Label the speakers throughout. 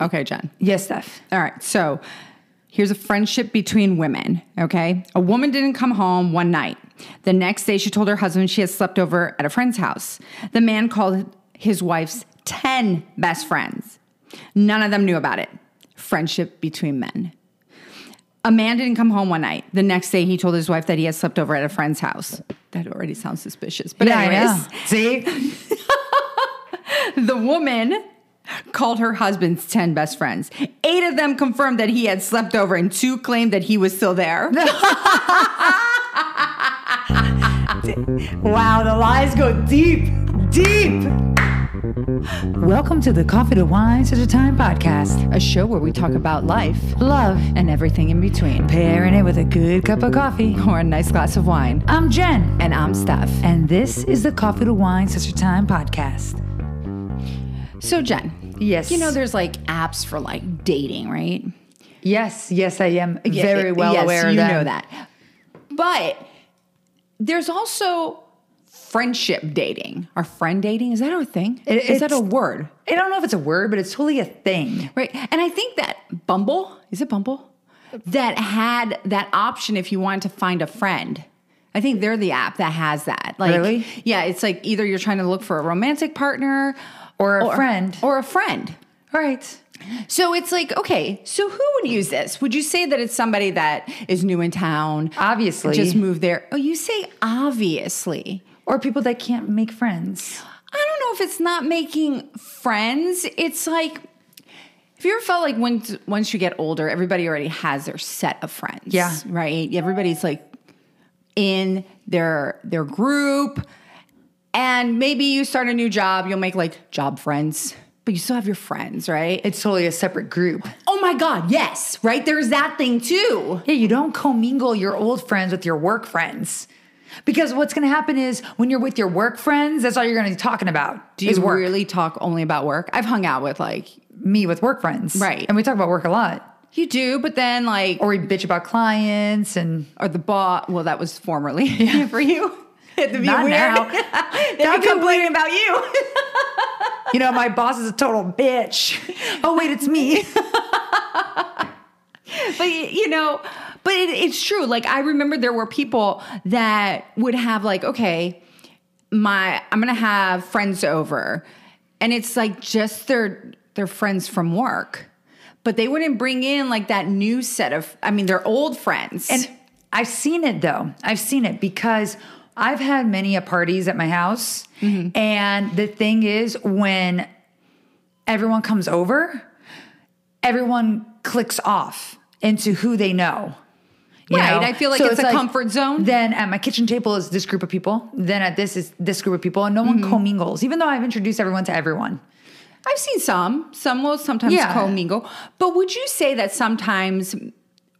Speaker 1: Okay, Jen.
Speaker 2: Yes, Steph.
Speaker 1: All right. So here's a friendship between women. Okay. A woman didn't come home one night. The next day, she told her husband she had slept over at a friend's house. The man called his wife's 10 best friends. None of them knew about it. Friendship between men. A man didn't come home one night. The next day, he told his wife that he had slept over at a friend's house. That already sounds suspicious. But,
Speaker 2: Yeah, I
Speaker 1: anyways,
Speaker 2: know. See?
Speaker 1: the woman called her husband's 10 best friends. Eight of them confirmed that he had slept over, and two claimed that he was still there.
Speaker 2: Wow, the lies go deep, deep. Welcome to the Coffee to Wines at a Time podcast.
Speaker 1: A show where we talk about life
Speaker 2: Love,
Speaker 1: and everything in between,
Speaker 2: pairing it with a good cup of coffee.
Speaker 1: or a nice glass of wine.
Speaker 2: I'm Jen,
Speaker 1: Uh, And I'm Steph.
Speaker 2: and this is the Coffee to Wines at a Time podcast.
Speaker 1: So, Jen,
Speaker 2: Yes.
Speaker 1: you know, there's like apps for like dating, right?
Speaker 2: Yes, yes, I am very well
Speaker 1: yes,
Speaker 2: aware
Speaker 1: you
Speaker 2: of that.
Speaker 1: know that. But there's also friendship dating. Our friend dating, is that a thing?
Speaker 2: It-
Speaker 1: Is that
Speaker 2: it's-
Speaker 1: a word?
Speaker 2: I don't know if it's a word, but it's totally a thing.
Speaker 1: Right. And I think that Bumble, is it Bumble? That had that option if you wanted to find a friend. I think they're the app that has that. Like
Speaker 2: Really?
Speaker 1: yeah, it's like either you're trying to look for a romantic partner
Speaker 2: Or a friend.
Speaker 1: Or a friend.
Speaker 2: All right.
Speaker 1: So it's like, okay, so who would use this? Would you say that it's somebody that is new in town?
Speaker 2: Obviously.
Speaker 1: Just moved there. Oh, you say obviously.
Speaker 2: Or people that can't make friends.
Speaker 1: I don't know if it's not making friends. It's like, have you ever felt like once once you get older, everybody already has their set of friends?
Speaker 2: Yeah.
Speaker 1: Right? Everybody's like in their their group. And maybe you start a new job, you'll make like job friends, but you still have your friends, right?
Speaker 2: It's totally a separate group.
Speaker 1: oh my God, yes, right? There's that thing too.
Speaker 2: Yeah, you don't commingle your old friends with your work friends. Because what's going to happen is when you're with your work friends, that's all you're going to be talking about
Speaker 1: Do
Speaker 2: is
Speaker 1: you
Speaker 2: work.
Speaker 1: really talk only about work? I've hung out with like,
Speaker 2: Me with work friends.
Speaker 1: Right.
Speaker 2: And we talk about work a lot.
Speaker 1: you do, but then like,
Speaker 2: Or we bitch about clients and
Speaker 1: or the boss. Well, that was formerly for you. It'd be
Speaker 2: Not
Speaker 1: weird.
Speaker 2: now.
Speaker 1: They'd
Speaker 2: That'd
Speaker 1: be
Speaker 2: be
Speaker 1: complaining about you.
Speaker 2: you know, my boss is a total bitch. Oh, wait, it's me.
Speaker 1: but y- you know, but it, it's true. Like I remember there were people that would have like, okay, my I'm gonna have friends over, and it's like just their their friends from work, but they wouldn't bring in like that new set of. I mean, their old friends.
Speaker 2: And I've seen it though. I've seen it because I've had many a parties at my house.
Speaker 1: Mm-hmm.
Speaker 2: And the thing is, when everyone comes over, everyone clicks off into who they know. you
Speaker 1: Right,
Speaker 2: know?
Speaker 1: I feel like it's a comfort zone.
Speaker 2: Then at my kitchen table is this group of people. Then at this is this group of people, and no one
Speaker 1: Mm-hmm.
Speaker 2: commingles, even though I've introduced everyone to everyone.
Speaker 1: I've seen some. Some will sometimes
Speaker 2: Yeah.
Speaker 1: commingle. But would you say that sometimes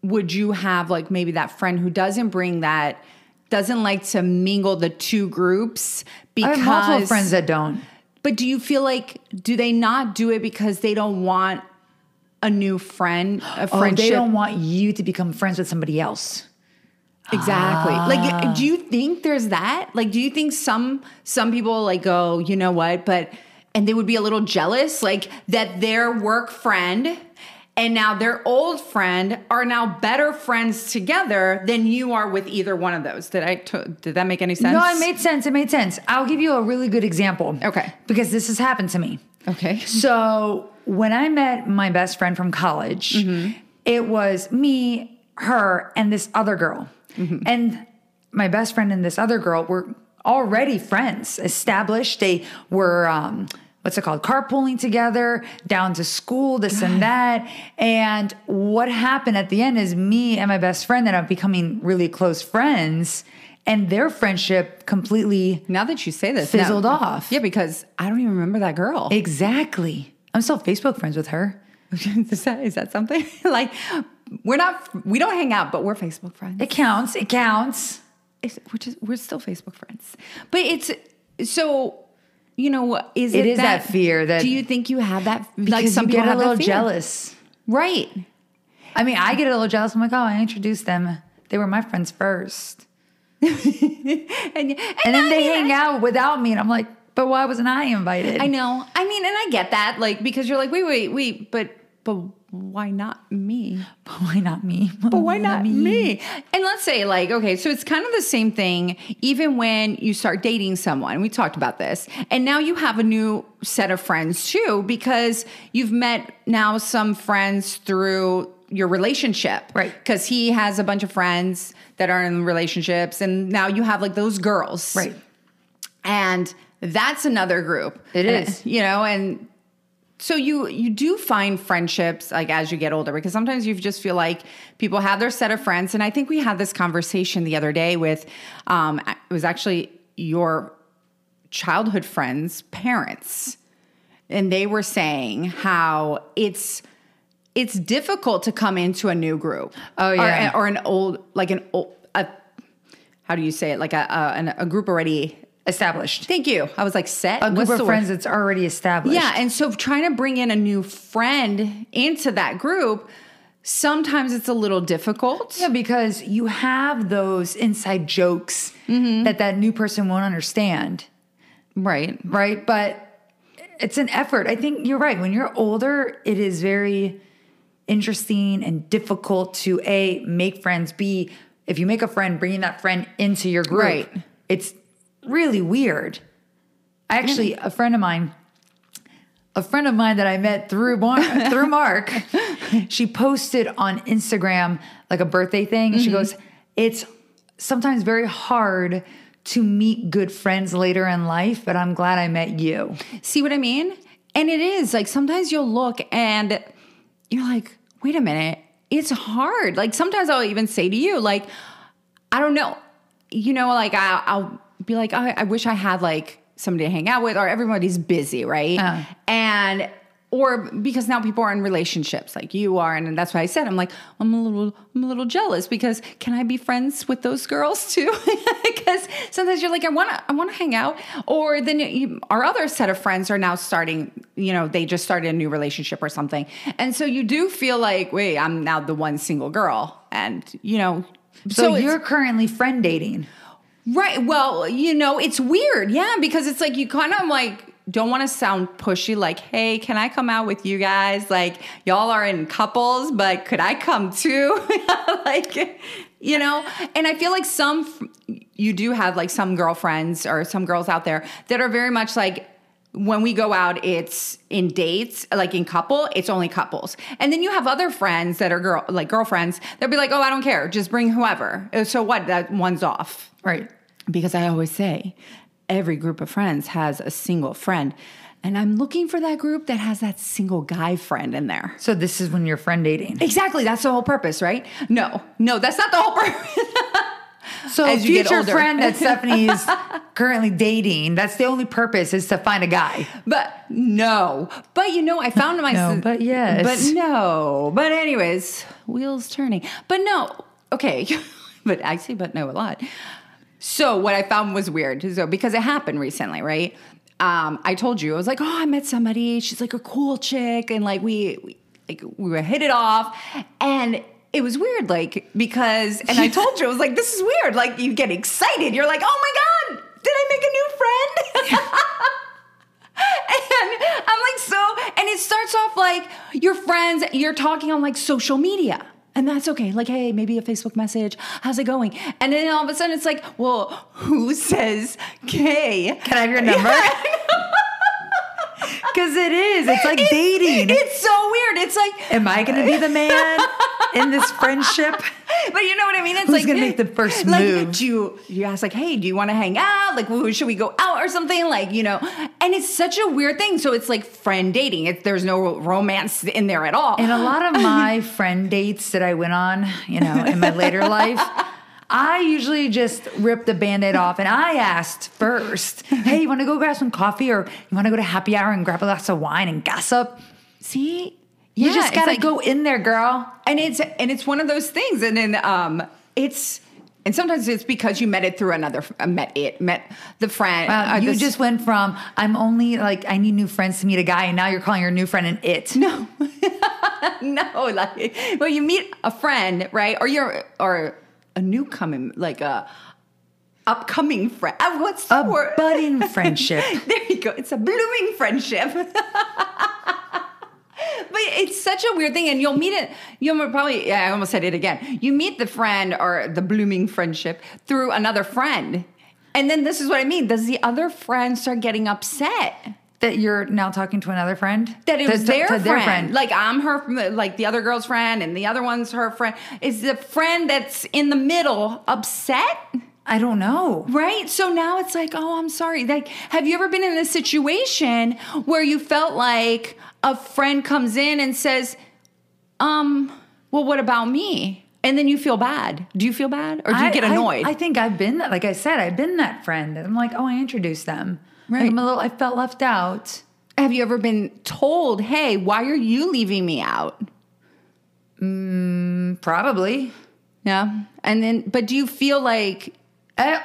Speaker 1: would you have like maybe that friend who doesn't bring that doesn't like to mingle the two groups
Speaker 2: I
Speaker 1: because
Speaker 2: have multiple friends that don't.
Speaker 1: But do you feel like do they not do it because they don't want a new friend, a
Speaker 2: Or
Speaker 1: friendship?
Speaker 2: Oh, they don't want you to become friends with somebody else.
Speaker 1: Exactly. Like do you
Speaker 2: Ah.
Speaker 1: think there's that? Like do you think some some people like go, you know what, but and they would be a little jealous like that their work friend and now their old friend are now better friends together than you are with either one of those. Did I to- did that make any sense?
Speaker 2: No, it made sense. It made sense. I'll give you a really good example.
Speaker 1: Okay.
Speaker 2: Because this has happened to me.
Speaker 1: Okay.
Speaker 2: So when I met my best friend from college, it was me, her, and this other girl. And my best friend and this other girl were already friends, established. They were, um, what's it called, carpooling together, down to school, this and that. And what happened at the end is me and my best friend that I'm becoming really close friends, and their friendship completely
Speaker 1: Now that you say this,
Speaker 2: Fizzled
Speaker 1: now-
Speaker 2: off.
Speaker 1: Yeah, because I don't even remember that girl.
Speaker 2: exactly. I'm still Facebook friends with her.
Speaker 1: is, that, is that something? like we're not we don't hang out, but we're Facebook friends.
Speaker 2: It counts. It counts.
Speaker 1: it's, we're just we're still Facebook friends, but it's so you know is it,
Speaker 2: It is that fear that-
Speaker 1: do you think you have that
Speaker 2: Because
Speaker 1: like some
Speaker 2: you
Speaker 1: people
Speaker 2: get
Speaker 1: have
Speaker 2: a little
Speaker 1: that fear.
Speaker 2: jealous.
Speaker 1: right?
Speaker 2: I mean, I get a little jealous. I'm like, oh, I introduced them. They were my friends first,
Speaker 1: And and,
Speaker 2: and
Speaker 1: I
Speaker 2: then they
Speaker 1: mean,
Speaker 2: hang
Speaker 1: I-
Speaker 2: out without me, and I'm like, but why wasn't I invited?
Speaker 1: I know. I mean, and I get that, like because you're like wait, wait, wait, but but why not me?
Speaker 2: But why not Oh, me?
Speaker 1: But why not me? And let's say, like, okay, so it's kind of the same thing, even when you start dating someone. We talked about this. And now you have a new set of friends too, because you've met now some friends through your relationship.
Speaker 2: Right.
Speaker 1: Because he has a bunch of friends that are in relationships. And now you have like those girls.
Speaker 2: Right.
Speaker 1: And that's another group.
Speaker 2: It
Speaker 1: And,
Speaker 2: is.
Speaker 1: you know, and so you you do find friendships like as you get older because sometimes you just feel like people have their set of friends and i think we had this conversation the other day with um it was actually your childhood friends parents and they were saying how it's it's difficult to come into a new group
Speaker 2: Oh,
Speaker 1: Or-
Speaker 2: yeah.
Speaker 1: or, an old like an old a, how do you say it like a a, an- a group already
Speaker 2: Established.
Speaker 1: thank you i was like set
Speaker 2: A group
Speaker 1: What's
Speaker 2: of
Speaker 1: the word?
Speaker 2: friends that's already established.
Speaker 1: Yeah, and so trying to bring in a new friend into that group, sometimes it's a little difficult.
Speaker 2: Yeah, because you have those inside jokes that that new person won't understand,
Speaker 1: Right.
Speaker 2: right? But it's an effort. I think you're right. When you're older, it is very interesting and difficult to a make friends. B if you make a friend, bringing that friend into your group,
Speaker 1: Right.
Speaker 2: it's really weird. I actually a friend of mine a friend of mine that I met through Mar- through Mark, she posted on Instagram like a birthday thing.
Speaker 1: Mm-hmm.
Speaker 2: And She goes, "It's sometimes very hard to meet good friends later in life, but I'm glad I met you."
Speaker 1: See what I mean? And it is like sometimes you'll look and you're like, wait a minute, it's hard. Like sometimes I'll even say to you, like, I don't know, you know, like I, I'll be like, "Oh, I, I wish I had like somebody to hang out with, or everybody's busy, right?
Speaker 2: Uh.
Speaker 1: And or because now people are in relationships like you are, and that's why I said I'm like I'm a little I'm a little jealous because can I be friends with those girls too? Because sometimes you're like I want to I want to hang out, or then you, our other set of friends are now starting, you know, they just started a new relationship or something, and so you do feel like wait I'm now the one single girl, and you know.
Speaker 2: So,
Speaker 1: it's-
Speaker 2: you're currently friend dating.
Speaker 1: Right. Well, you know, it's weird. Yeah, because it's like you kind of like don't want to sound pushy like, "Hey, can I come out with you guys? Like y'all are in couples, but could I come too?" like, you know, and I feel like some you do have like some girlfriends or some girls out there that are very much like when we go out, it's in dates, like in couple, it's only couples. And then you have other friends that are girl, like girlfriends, they'll be like, oh, I don't care, just bring whoever. Uh, So what? That one's off
Speaker 2: Right.
Speaker 1: because I always say every group of friends has a single friend. And I'm looking for that group that has that single guy friend in there.
Speaker 2: So this is when you're friend dating.
Speaker 1: Exactly. That's the whole purpose, right? No, no, that's not the whole purpose.
Speaker 2: So
Speaker 1: As you get
Speaker 2: future
Speaker 1: older.
Speaker 2: friend that Stephanie is currently dating, that's the only purpose is to find a guy.
Speaker 1: But no. But you know, I found my.
Speaker 2: No, but yes.
Speaker 1: But no. But anyways, wheels turning. But no. Okay. but I say but no a lot. So what I found was weird. So because it happened recently, right? Um, I told you I was like, oh, I met somebody. She's like a cool chick, and like we, we like we were hit it off, and. It was weird, like, because, and I told you, I was like, this is weird. Like, you get excited. You're like, oh my God, did I make a new friend? and I'm like, so, and it starts off like your friends, you're talking on like social media. And that's okay. Like, hey, maybe a Facebook message. How's it going? And then all of a sudden it's like, well, who says gay?
Speaker 2: Can I have your number? Because it is. It's like dating.
Speaker 1: It's so weird. It's like,
Speaker 2: Am I going to be the man in this friendship?
Speaker 1: but you know what I mean? It's
Speaker 2: Who's
Speaker 1: like
Speaker 2: gonna make the first
Speaker 1: like,
Speaker 2: move?
Speaker 1: Do you you ask like, hey, do you want to hang out? Like, who should we go out or something? Like, you know, and it's such a weird thing. So it's like friend dating. It, there's no romance in there at all.
Speaker 2: And a lot of my friend dates that I went on, you know, in my later life, I usually just rip the band-aid off and I asked first, hey, you want to go grab some coffee or you want to go to happy hour and grab a glass of wine and gossip?
Speaker 1: See,
Speaker 2: You
Speaker 1: Yeah,
Speaker 2: just
Speaker 1: it's
Speaker 2: got to
Speaker 1: like-
Speaker 2: go in there, girl.
Speaker 1: and it's and it's one of those things and then um it's and sometimes it's because you met it through another uh, met it met the friend uh,
Speaker 2: Wow, you
Speaker 1: this-
Speaker 2: just went from I'm only like I need new friends to meet a guy, and now you're calling your new friend an it.
Speaker 1: no no like well you meet a friend right or you're or a new coming like a upcoming friend Uh, what's the
Speaker 2: A
Speaker 1: word
Speaker 2: budding friendship.
Speaker 1: there you go it's a blooming friendship but it's such a weird thing, and you'll meet it. You'll probably. Yeah, I almost said it again. You meet the friend or the blooming friendship through another friend, and then this is what I mean. Does the other friend start getting upset?
Speaker 2: that you're now talking to another friend
Speaker 1: That it
Speaker 2: To-
Speaker 1: was
Speaker 2: to-
Speaker 1: their,
Speaker 2: to
Speaker 1: friend. Like I'm her, like the other girl's friend, and the other one's her friend. Is the friend that's in the middle upset?
Speaker 2: I don't know.
Speaker 1: Right? So now it's like, oh, I'm sorry. Like, have you ever been in a situation where you felt like a friend comes in and says, um, well, what about me? And then you feel bad. Do you feel bad? Or do you
Speaker 2: I-
Speaker 1: get
Speaker 2: I-
Speaker 1: annoyed?
Speaker 2: I, think I've been that. Like I said, I've been that friend. I'm like, oh, I introduced them. Like,
Speaker 1: Right.
Speaker 2: I'm a little. I felt left out.
Speaker 1: have you ever been told, hey, why are you leaving me out?
Speaker 2: Probably.
Speaker 1: Yeah. And then, but do you feel like
Speaker 2: Eh,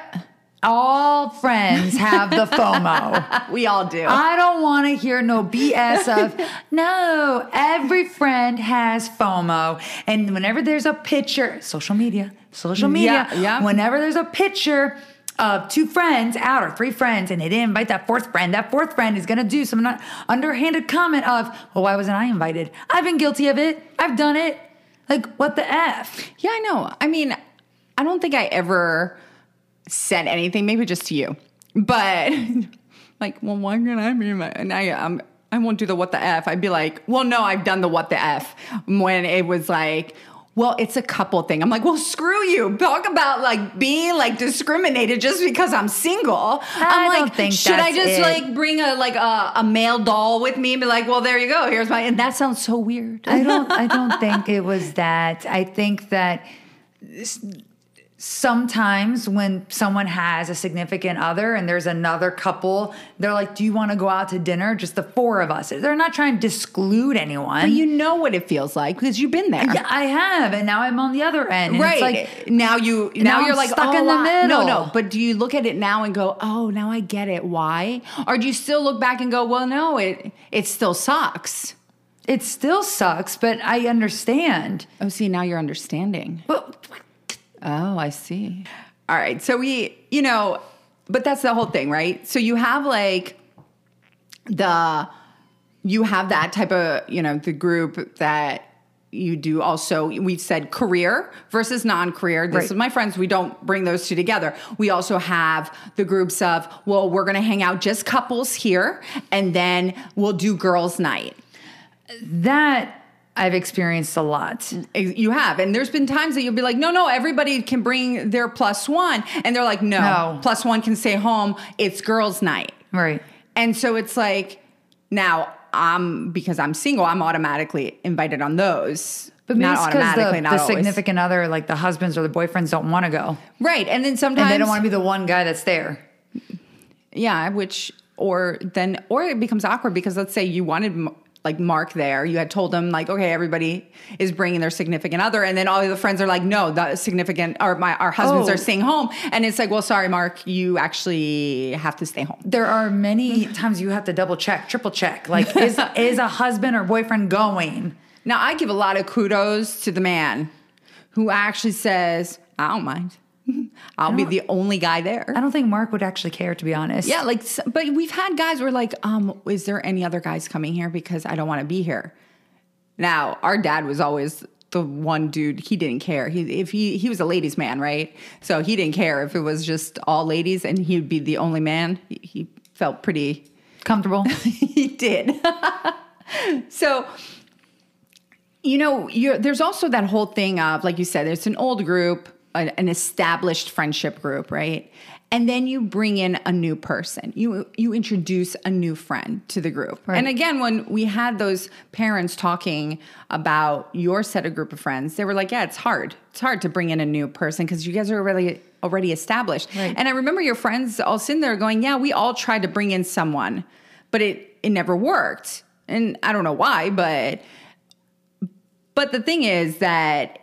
Speaker 2: all friends have the FOMO.
Speaker 1: we all do?
Speaker 2: I don't want to hear no BS of no. Every friend has FOMO, and whenever there's a picture, social media, social media.
Speaker 1: Mm, Yeah, yeah.
Speaker 2: Whenever there's a picture. Of two friends out or three friends, and they didn't invite that fourth friend. That fourth friend is gonna do some not- underhanded comment of, "Well, why wasn't I invited? I've been guilty of it. I've done it. Like, what the f?
Speaker 1: Yeah, I know. I mean, I don't think I ever said anything, maybe just to you, but like, well, why can't I be my, and I, um, I won't do the what the F. I'd be like, well, no, I've done the what the F when it was like, well, it's a couple thing. I'm like, well, screw you. Talk about like being like discriminated just because I'm single. I'm
Speaker 2: I
Speaker 1: like,
Speaker 2: don't think
Speaker 1: should I
Speaker 2: that's
Speaker 1: just
Speaker 2: it.
Speaker 1: like bring a like a, a male doll with me and be like, well, there you go. Here's my, and that sounds so weird.
Speaker 2: I don't. I don't think it was that. I think that s- sometimes when someone has a significant other and there's another couple, they're like, "Do you want to go out to dinner? Just the four of us." They're not trying to exclude anyone.
Speaker 1: you know what it feels like because you've been there.
Speaker 2: yeah, I have, and now I'm on the other end. and
Speaker 1: right.
Speaker 2: It's like,
Speaker 1: now you now,
Speaker 2: now
Speaker 1: you're
Speaker 2: I'm
Speaker 1: like
Speaker 2: stuck
Speaker 1: oh,
Speaker 2: in the
Speaker 1: I- No,
Speaker 2: middle.
Speaker 1: no. But do you look at it now and go, oh, now I get it. Why? Or do you still look back and go, well, no, it it still sucks.
Speaker 2: it still sucks, but I understand.
Speaker 1: Oh, see, now you're understanding.
Speaker 2: But
Speaker 1: Oh, I see. All right. So we, you know, but that's the whole thing, right? So you have like the you have that type of, you know, the group that you do also we said career versus non-career this
Speaker 2: Right.
Speaker 1: is my friends we don't bring those two together we also have the groups of well we're going to hang out just couples here and then we'll do girls night
Speaker 2: that I've experienced a lot.
Speaker 1: you have and there's been times that you'll be like no no everybody can bring their plus one and they're like no,
Speaker 2: No.
Speaker 1: plus one can stay home it's girls night
Speaker 2: Right.
Speaker 1: and so it's like now i'm because i'm single i'm automatically invited on those
Speaker 2: But maybe
Speaker 1: not
Speaker 2: it's because
Speaker 1: automatically
Speaker 2: the,
Speaker 1: not
Speaker 2: the
Speaker 1: always.
Speaker 2: significant other, like the husbands or the boyfriends, don't want to go.
Speaker 1: right and then sometimes
Speaker 2: and they don't want to be the one guy that's there.
Speaker 1: Yeah, which or then or it becomes awkward because let's say you wanted M- like Mark there, you had told him like, okay, everybody is bringing their significant other, and then all the friends are like, no, the significant or my our husbands
Speaker 2: Oh.
Speaker 1: are staying home, and it's like, well, sorry, Mark, you actually have to stay home.
Speaker 2: There are many times you have to double check, triple check. Like, is is a husband or boyfriend going?
Speaker 1: Now I give a lot of kudos to the man who actually says, I don't mind, I'll be the only guy there.
Speaker 2: I don't think Mark would actually care, to be honest.
Speaker 1: Yeah, like, s- but we've had guys where like, um, is there any other guys coming here because I don't want to be here? Now, our dad was always the one dude. He didn't care. He if he he was a ladies' man, right? So he didn't care if it was just all ladies and he'd be the only man. He, he felt pretty.
Speaker 2: comfortable.
Speaker 1: he did. so. You know, you're, there's also that whole thing of, like you said, it's an old group, an, an established friendship group, right? And then you bring in a new person. You you introduce a new friend to the group. And again, when we had those parents talking about your set of group of friends, they were like, "Yeah, it's hard. It's hard to bring in a new person because you guys are already already established."
Speaker 2: Right.
Speaker 1: And I remember your friends all sitting there going, "Yeah, we all tried to bring in someone, but it it never worked." And I don't know why, but but the thing is that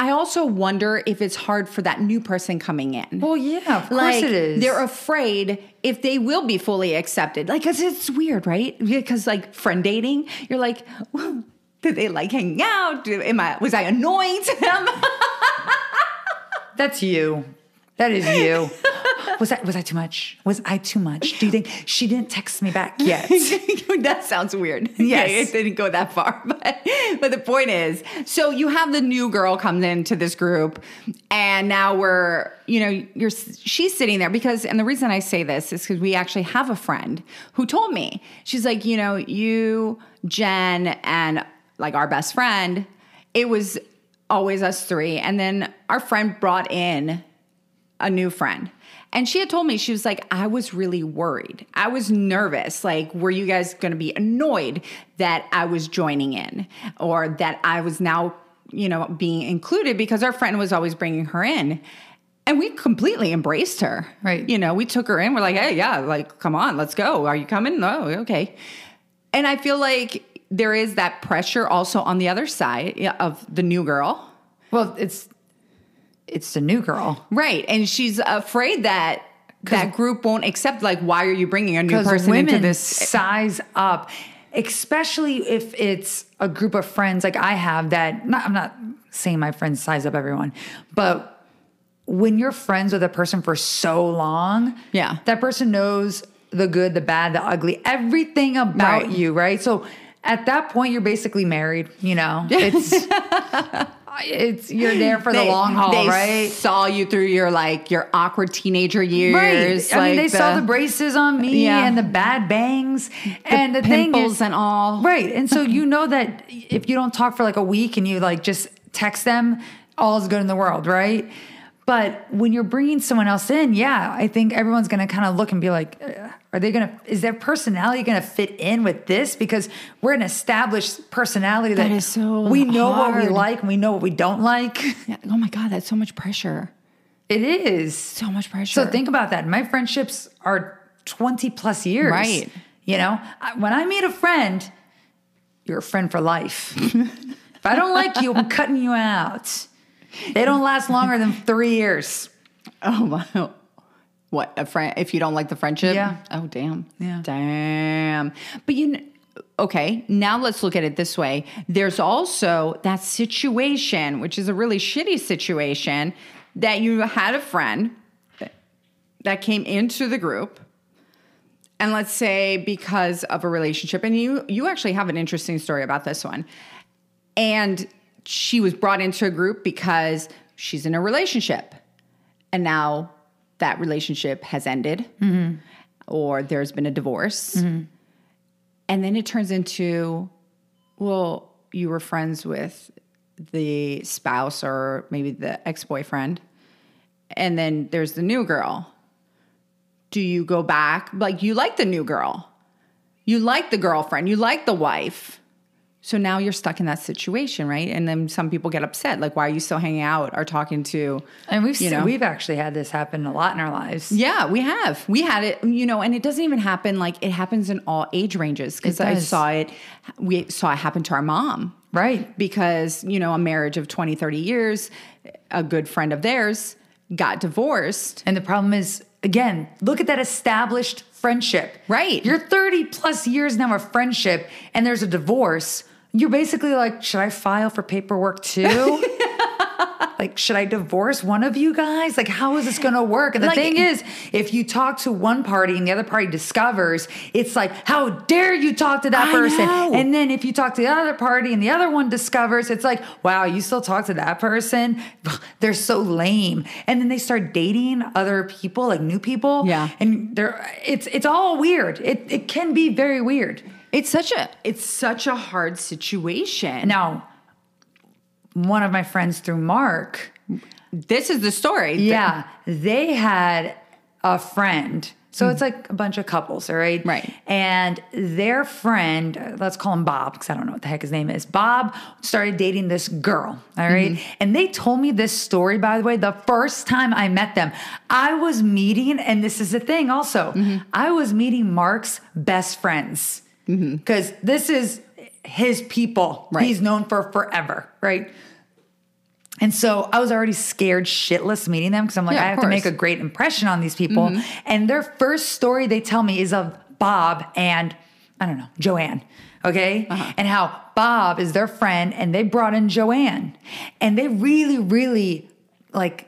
Speaker 1: I also wonder if it's hard for that new person coming in.
Speaker 2: well, yeah, of course
Speaker 1: like
Speaker 2: it is.
Speaker 1: they're afraid if they will be fully accepted. Like, cause it's weird, right? Because like friend dating, you're like, did they like hang out? Do, am I was I annoying to them?
Speaker 2: that's you. That is you. Was that was I too much? Was I too much? Do you think she didn't text me back yet?
Speaker 1: that sounds weird. Yeah,
Speaker 2: Yes.
Speaker 1: it didn't go that far, but but the point is, so you have the new girl comes into this group, and now we're you know you're she's sitting there because and the reason I say this is because we actually have a friend who told me she's like you know you Jen and like our best friend, it was always us three, and then our friend brought in a new friend. And she had told me, she was like, I was really worried. I was nervous. Like, were you guys going to be annoyed that I was joining in or that I was now, you know, being included because our friend was always bringing her in. And we completely embraced her.
Speaker 2: Right.
Speaker 1: You know, we took her in. We're like, hey, yeah, like, come on, let's go. Are you coming? No, okay. And I feel like there is that pressure also on the other side of the new girl
Speaker 2: well, it's it's the new girl.
Speaker 1: Right. And she's afraid that that group won't accept, like, why are you bringing a new
Speaker 2: because
Speaker 1: person
Speaker 2: women
Speaker 1: into this?
Speaker 2: size up, especially if it's a group of friends like I have. That not, I'm not saying my friends size up everyone, but when you're friends with a person for so long,
Speaker 1: Yeah.
Speaker 2: that person knows the good, the bad, the ugly, everything about
Speaker 1: Right.
Speaker 2: you, right? So at that point, you're basically married. You know, it's it's you're there for the long haul,
Speaker 1: they
Speaker 2: right?
Speaker 1: saw you through your, like, your awkward teenager years.
Speaker 2: I mean, they
Speaker 1: like
Speaker 2: saw the braces on me
Speaker 1: Yeah.
Speaker 2: and the bad bangs and the thing
Speaker 1: pimples
Speaker 2: is,
Speaker 1: and all.
Speaker 2: Right. And so you know that if you don't talk for like a week and you like just text them, all is good in the world, right? But when you're bringing someone else in, yeah, I think everyone's going to kind of look and be like, "Uh, are they going to, is their personality going to fit in with this? Because we're an established personality that,
Speaker 1: That is so
Speaker 2: we know what we
Speaker 1: hard.
Speaker 2: like and we know what we don't like.
Speaker 1: Yeah. Oh my God, that's so much pressure.
Speaker 2: It is.
Speaker 1: So much pressure.
Speaker 2: So think about that. My friendships are 20 plus years.
Speaker 1: Right.
Speaker 2: You know, I- when I meet a friend, you're a friend for life. if I don't like you, I'm cutting you out. They don't last longer than three years.
Speaker 1: Oh wow. What a friend! If you don't like the friendship,
Speaker 2: Yeah.
Speaker 1: Oh damn.
Speaker 2: Yeah.
Speaker 1: Damn. But you. Kn- Okay, now let's look at it this way. There's also that situation, which is a really shitty situation, that you had a friend that- that came into the group, and let's say because of a relationship, and you you actually have an interesting story about this one and she was brought into a group because she's in a relationship and now that relationship has ended or there's been a divorce and then it turns into well you were friends with the spouse or maybe the ex-boyfriend and then there's the new girl do you go back like you like the new girl you like the girlfriend you like the wife so now you're stuck in that situation, right? And then some people get upset, like, why are you still hanging out or talking to?
Speaker 2: And we've
Speaker 1: You
Speaker 2: seen-
Speaker 1: know.
Speaker 2: we've actually had this happen a lot in our lives.
Speaker 1: Yeah, we have. We had it, you know, and it doesn't even happen like it happens in all age ranges because
Speaker 2: It
Speaker 1: I
Speaker 2: does.
Speaker 1: saw it, we saw it happen to our mom
Speaker 2: Right.
Speaker 1: because, you know, a marriage of 20, 30 years, a good friend of theirs got divorced.
Speaker 2: And the problem is, again, look at that established friendship.
Speaker 1: Right.
Speaker 2: You're 30 plus years now of friendship and there's a divorce. You're basically like, should I file for paperwork too? like, should I divorce one of you guys? Like, how is this gonna work? And the
Speaker 1: Like-
Speaker 2: thing is, if you talk to one party and the other party discovers, it's like, how dare you talk to that
Speaker 1: I
Speaker 2: person?
Speaker 1: know.
Speaker 2: And then if you talk to the other party and the other one discovers, it's like, wow, you still talk to that person? They're so lame. And then they start dating other people, like new people.
Speaker 1: Yeah.
Speaker 2: And they're it's it's all weird. It it can be very weird.
Speaker 1: It's such a it's such a hard situation.
Speaker 2: Now, one of my friends through Mark,
Speaker 1: this is the story.
Speaker 2: yeah, they had a friend. So it's like a bunch of couples, all right?
Speaker 1: Right.
Speaker 2: And their friend, uh, let's call him Bob, because I don't know what the heck his name is. Bob started dating this girl, all right? And they told me this story, by the way, the first time I met them. I was meeting, and this is the thing also, I was meeting Mark's best friends, because this is his people.
Speaker 1: Right.
Speaker 2: He's known for forever, right? And so I was already scared shitless meeting them because I'm like,
Speaker 1: Yeah,
Speaker 2: I
Speaker 1: of
Speaker 2: have to make a
Speaker 1: course. Mm-hmm.
Speaker 2: great impression on these people. And their first story they tell me is of Bob and I don't know, Joanne, okay?
Speaker 1: Uh-huh.
Speaker 2: And how Bob is their friend and they brought in Joanne. And they really, really like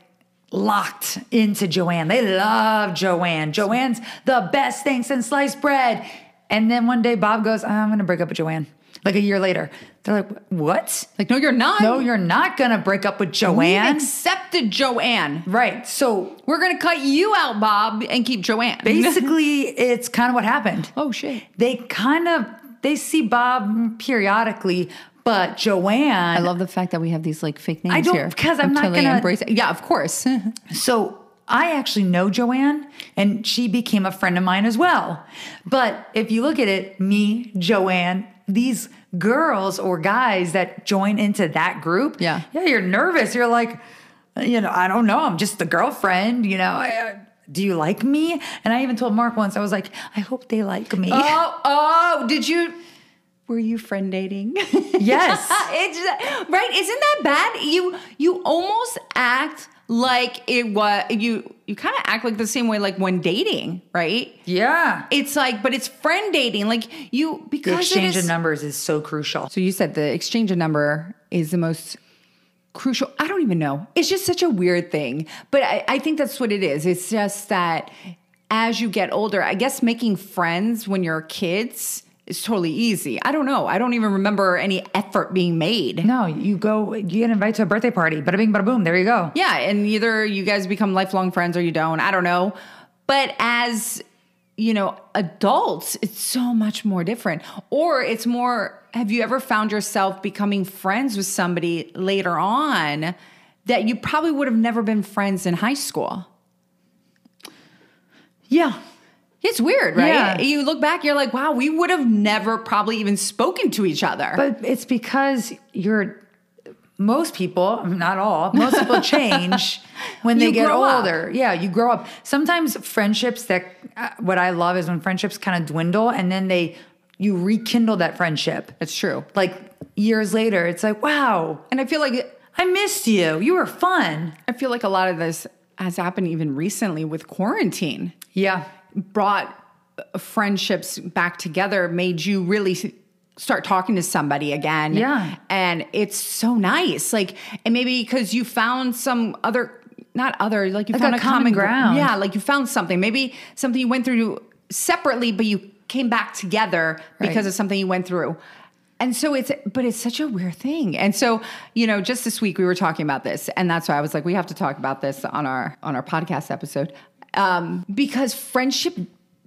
Speaker 2: locked into Joanne. They love Joanne. Joanne's the best thing since sliced bread. And then one day Bob goes, I'm going to break up with Joanne. Like a year later. They're like, what?
Speaker 1: Like, no, you're not.
Speaker 2: No, you're not going to break up with
Speaker 1: we
Speaker 2: Joanne.
Speaker 1: accepted Joanne.
Speaker 2: right. So
Speaker 1: We're gonna cut you out, Bob, and keep Joanne.
Speaker 2: basically, it's kind of what happened.
Speaker 1: oh shit.
Speaker 2: They kind of, they see Bob periodically, but Joanne.
Speaker 1: I love the fact that we have these like fake names
Speaker 2: don't-
Speaker 1: here.
Speaker 2: 'cause I'm not
Speaker 1: totally
Speaker 2: gonna-
Speaker 1: embrace it. Yeah, of course.
Speaker 2: So I actually know Joanne, and she became a friend of mine as well. But if you look at it, me, Joanne, these girls or guys that join into that group,
Speaker 1: Yeah.
Speaker 2: yeah, you're nervous. You're like, you know, I don't know. I'm just the girlfriend. You know, I, I- do you like me? And I even told Mark once. I was like, I hope they like me.
Speaker 1: oh, oh, did you? Were you friend dating?
Speaker 2: Yes.
Speaker 1: it's right. Isn't that bad? You you almost act like it was you. You kind of act like the same way like when dating, right?
Speaker 2: yeah.
Speaker 1: It's like, but it's friend dating. Like you because
Speaker 2: The
Speaker 1: it
Speaker 2: exchange
Speaker 1: is-
Speaker 2: of numbers is so crucial.
Speaker 1: So you said the exchange of number is the most crucial. I don't even know. It's just such a weird thing. But I, I think that's what it is. It's just that as you get older, I guess making friends when you're kids is totally easy. I don't know. I don't even remember any effort being made.
Speaker 2: No, you go, you get invited to a birthday party. Bada bing, bada boom. There you go.
Speaker 1: Yeah, and either you guys become lifelong friends or you don't. I don't know. But as you know, adults, it's so much more different. Or it's more have you ever found yourself becoming friends with somebody later on that you probably would have never been friends in high school?
Speaker 2: Yeah.
Speaker 1: It's weird, right?
Speaker 2: Yeah.
Speaker 1: You look back, you're like, wow, we would have never probably even spoken to each other.
Speaker 2: But it's because you're most people, not all, most people change when they
Speaker 1: You
Speaker 2: get
Speaker 1: grow up.
Speaker 2: older. Yeah, you grow up. Sometimes friendships that uh, what I love is when friendships kind of dwindle and then they you rekindle that friendship.
Speaker 1: That's true.
Speaker 2: Like years later, it's like, "Wow,
Speaker 1: And I feel like
Speaker 2: I missed you. You were fun."
Speaker 1: I feel like a lot of this has happened even recently with quarantine.
Speaker 2: Yeah.
Speaker 1: brought uh, friendships back together made you really s- start talking to somebody again.
Speaker 2: Yeah.
Speaker 1: And it's so nice. Like, and maybe because you found some other, not other, like you
Speaker 2: Like
Speaker 1: found
Speaker 2: a
Speaker 1: a,
Speaker 2: common
Speaker 1: gr-
Speaker 2: ground.
Speaker 1: Yeah. Like you found something, maybe something you went through separately, but you came back together
Speaker 2: Right.
Speaker 1: because of something you went through. And so it's, but it's such a weird thing. And so, you know, just this week we were talking about this, and that's why I was like, we have to talk about this on our on our podcast episode, um, because friendship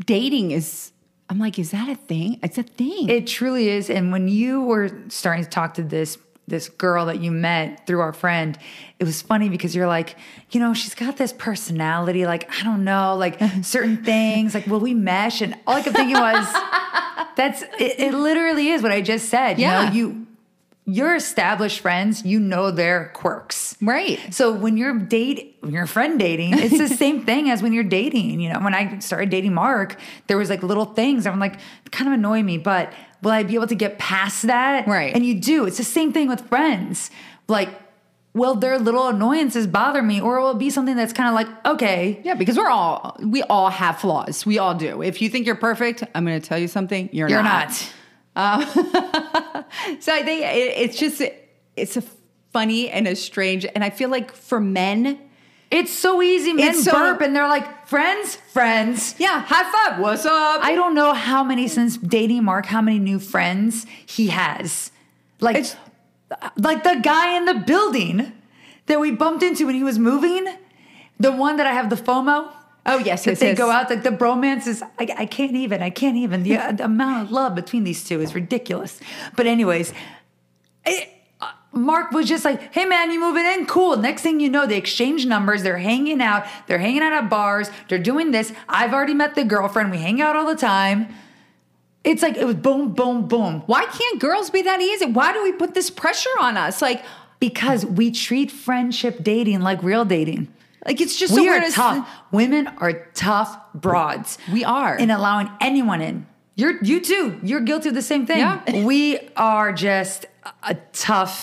Speaker 1: dating is. I'm like, is that a thing? It's a thing.
Speaker 2: It truly is. And when you were starting to talk to this this girl that you met through our friend, it was funny because you're like, you know, she's got this personality. Like I don't know, like certain things. Like will we mesh? And all I kept thinking was, that's it. It literally is what I just said.
Speaker 1: Yeah.
Speaker 2: You know, you your established friends, you know their quirks.
Speaker 1: right.
Speaker 2: So when you're date when you're friend dating, it's the same thing as when you're dating. You know, when I started dating Mark, there was like little things I'm like kind of annoy me, but will I be able to get past that?
Speaker 1: Right.
Speaker 2: And you do. It's the same thing with friends. Like, will their little annoyances bother me, or will it be something that's kind of like, okay,
Speaker 1: Yeah, because we're all we all have flaws. We all do. If you think you're perfect, I'm going to tell you something. You're,
Speaker 2: you're
Speaker 1: not.
Speaker 2: not.
Speaker 1: So I think it, it's just it's a funny and a strange, and I feel like for men,
Speaker 2: It's so easy. Men
Speaker 1: It's so-
Speaker 2: burp, and they're like, friends, friends.
Speaker 1: yeah, high five. What's up?
Speaker 2: I don't know how many since dating Mark, how many new friends he has. Like,
Speaker 1: It's-
Speaker 2: like the guy in the building that we bumped into when he was moving, the one that I have the FOMO.
Speaker 1: oh yes,
Speaker 2: That
Speaker 1: yes,
Speaker 2: they
Speaker 1: yes.
Speaker 2: go out like the bromance is I, I can't even I can't even the, uh, the amount of love between these two is ridiculous. But anyways, it- uh, Mark was just like, "Hey man, you moving in? Cool." Next thing you know, they exchange numbers. They're hanging out. They're hanging out at bars. They're doing this. I've already met the girlfriend. We hang out all the time. It's like it was boom, boom, boom.
Speaker 1: Why can't girls be that easy? Why do we put this pressure on us? Like,
Speaker 2: Because we treat friendship dating like real dating.
Speaker 1: like it's just so
Speaker 2: we
Speaker 1: weird.
Speaker 2: are
Speaker 1: to-
Speaker 2: tough. Women are tough broads.
Speaker 1: We are.
Speaker 2: in allowing anyone in. You're you too. You're guilty of the same thing.
Speaker 1: Yeah.
Speaker 2: We are just a tough.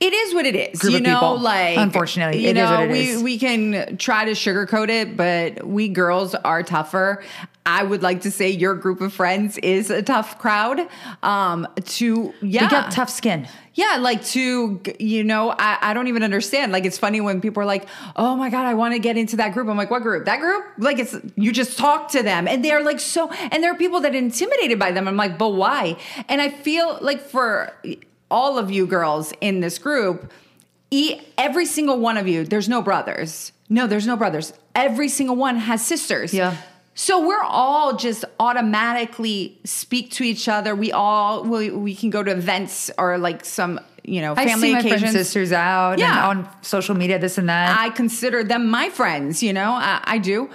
Speaker 1: it is what it is.
Speaker 2: Group
Speaker 1: you
Speaker 2: of
Speaker 1: know,
Speaker 2: people.
Speaker 1: like
Speaker 2: Unfortunately,
Speaker 1: you
Speaker 2: it is
Speaker 1: know,
Speaker 2: what it
Speaker 1: we
Speaker 2: is.
Speaker 1: we can try to sugarcoat it, but we girls are tougher. I would like to say your group of friends is a tough crowd. Um, to yeah,
Speaker 2: They got tough skin.
Speaker 1: yeah, like to, you know, I, I don't even understand. Like, it's funny when people are like, oh my God, I want to get into that group. I'm like, what group? That group? Like, it's, you just talk to them and they're like so, and there are people that are intimidated by them. I'm like, but why? And I feel like for all of you girls in this group, e- every single one of you, there's no brothers. No, there's no brothers. Every single one has sisters.
Speaker 2: Yeah.
Speaker 1: So we're all just automatically speak to each other. We all we, we can go to events or like some you know
Speaker 2: I
Speaker 1: family
Speaker 2: see my friends'
Speaker 1: occasions.
Speaker 2: sisters out
Speaker 1: Yeah.
Speaker 2: and on social media, this and that.
Speaker 1: I consider them my friends. You know, I, I do.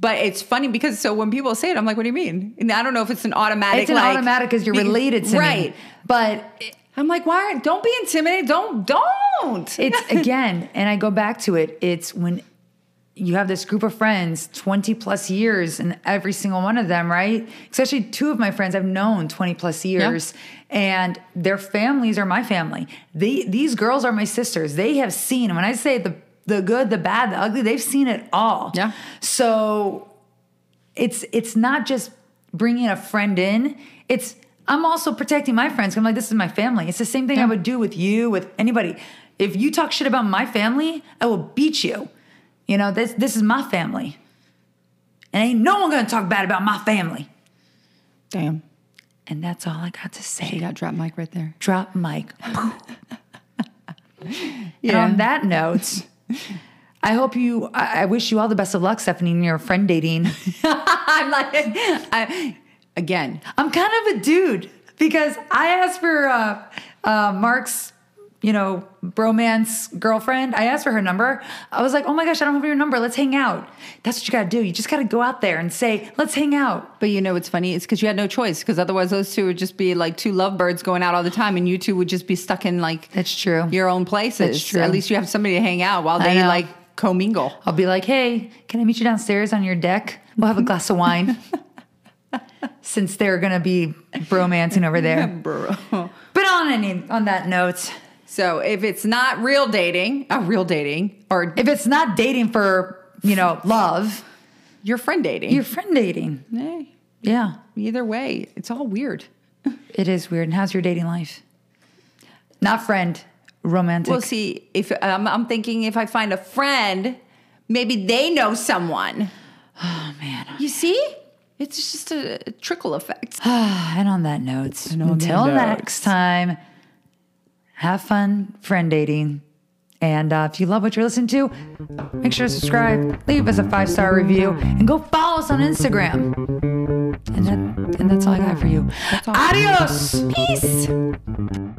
Speaker 1: But it's funny because so when people say it, I'm like, what do you mean? And I don't know if it's an automatic.
Speaker 2: it's an
Speaker 1: like-
Speaker 2: automatic because you're
Speaker 1: Be-
Speaker 2: related to me.
Speaker 1: right?
Speaker 2: But
Speaker 1: I'm like, why? aren't- Don't be intimidated. Don't don't.
Speaker 2: it's again, and I go back to it. It's when you have this group of friends, 20 plus years, and every single one of them, right? Especially two of my friends I've known 20 plus years, and their families are my family. They, these girls are my sisters. They have seen, when I say the, the good, the bad, the ugly, they've seen it all.
Speaker 1: Yeah.
Speaker 2: So it's it's not just bringing a friend in it's i'm also protecting my friends i'm like this is my family it's the same thing i would do with you with anybody if you talk shit about my family i will beat you you know this this is my family and ain't no one gonna talk bad about my family
Speaker 1: damn.
Speaker 2: and that's all i got to say
Speaker 1: got dropped mic right there.
Speaker 2: drop mic
Speaker 1: Yeah.
Speaker 2: and on that note i hope you I, I wish you all the best of luck stephanie in your friend dating
Speaker 1: I'm like, I, again,
Speaker 2: I'm kind of a dude because I asked for uh, uh, Mark's, you know, bromance girlfriend. I asked for her number. I was like, oh my gosh, I don't have your number. Let's hang out. That's what you got to do. You just got to go out there and say, let's hang out.
Speaker 1: But you know what's funny? It's because you had no choice. Because otherwise, those two would just be like two lovebirds going out all the time, and you two would just be stuck in like
Speaker 2: That's true.
Speaker 1: your own places.
Speaker 2: That's true.
Speaker 1: At least you have somebody to hang out while they
Speaker 2: know.
Speaker 1: like commingle.
Speaker 2: I'll be like, hey, can I meet you downstairs on your deck? We'll have a glass of wine. Since they're going to be bromancing over there.
Speaker 1: Bro.
Speaker 2: But on any on that note,
Speaker 1: So if it's not real dating, uh, real dating, or
Speaker 2: if it's not dating for, you know, love,
Speaker 1: your friend dating,
Speaker 2: you're friend dating.
Speaker 1: hey,
Speaker 2: Yeah.
Speaker 1: either way, it's all weird.
Speaker 2: It is weird. And how's your dating life? Not friend, romantic.
Speaker 1: We'll see. If um, I'm thinking, if I find a friend, maybe they know someone.
Speaker 2: oh man.
Speaker 1: You see, it's just a trickle effect.
Speaker 2: and on that note,
Speaker 1: on that
Speaker 2: until
Speaker 1: note.
Speaker 2: next time, have fun friend dating. And uh, if you love what you're listening to, make sure to subscribe, leave us a five star review, and go follow us on Instagram. And, that, and that's all I got for you. Adios. Peace.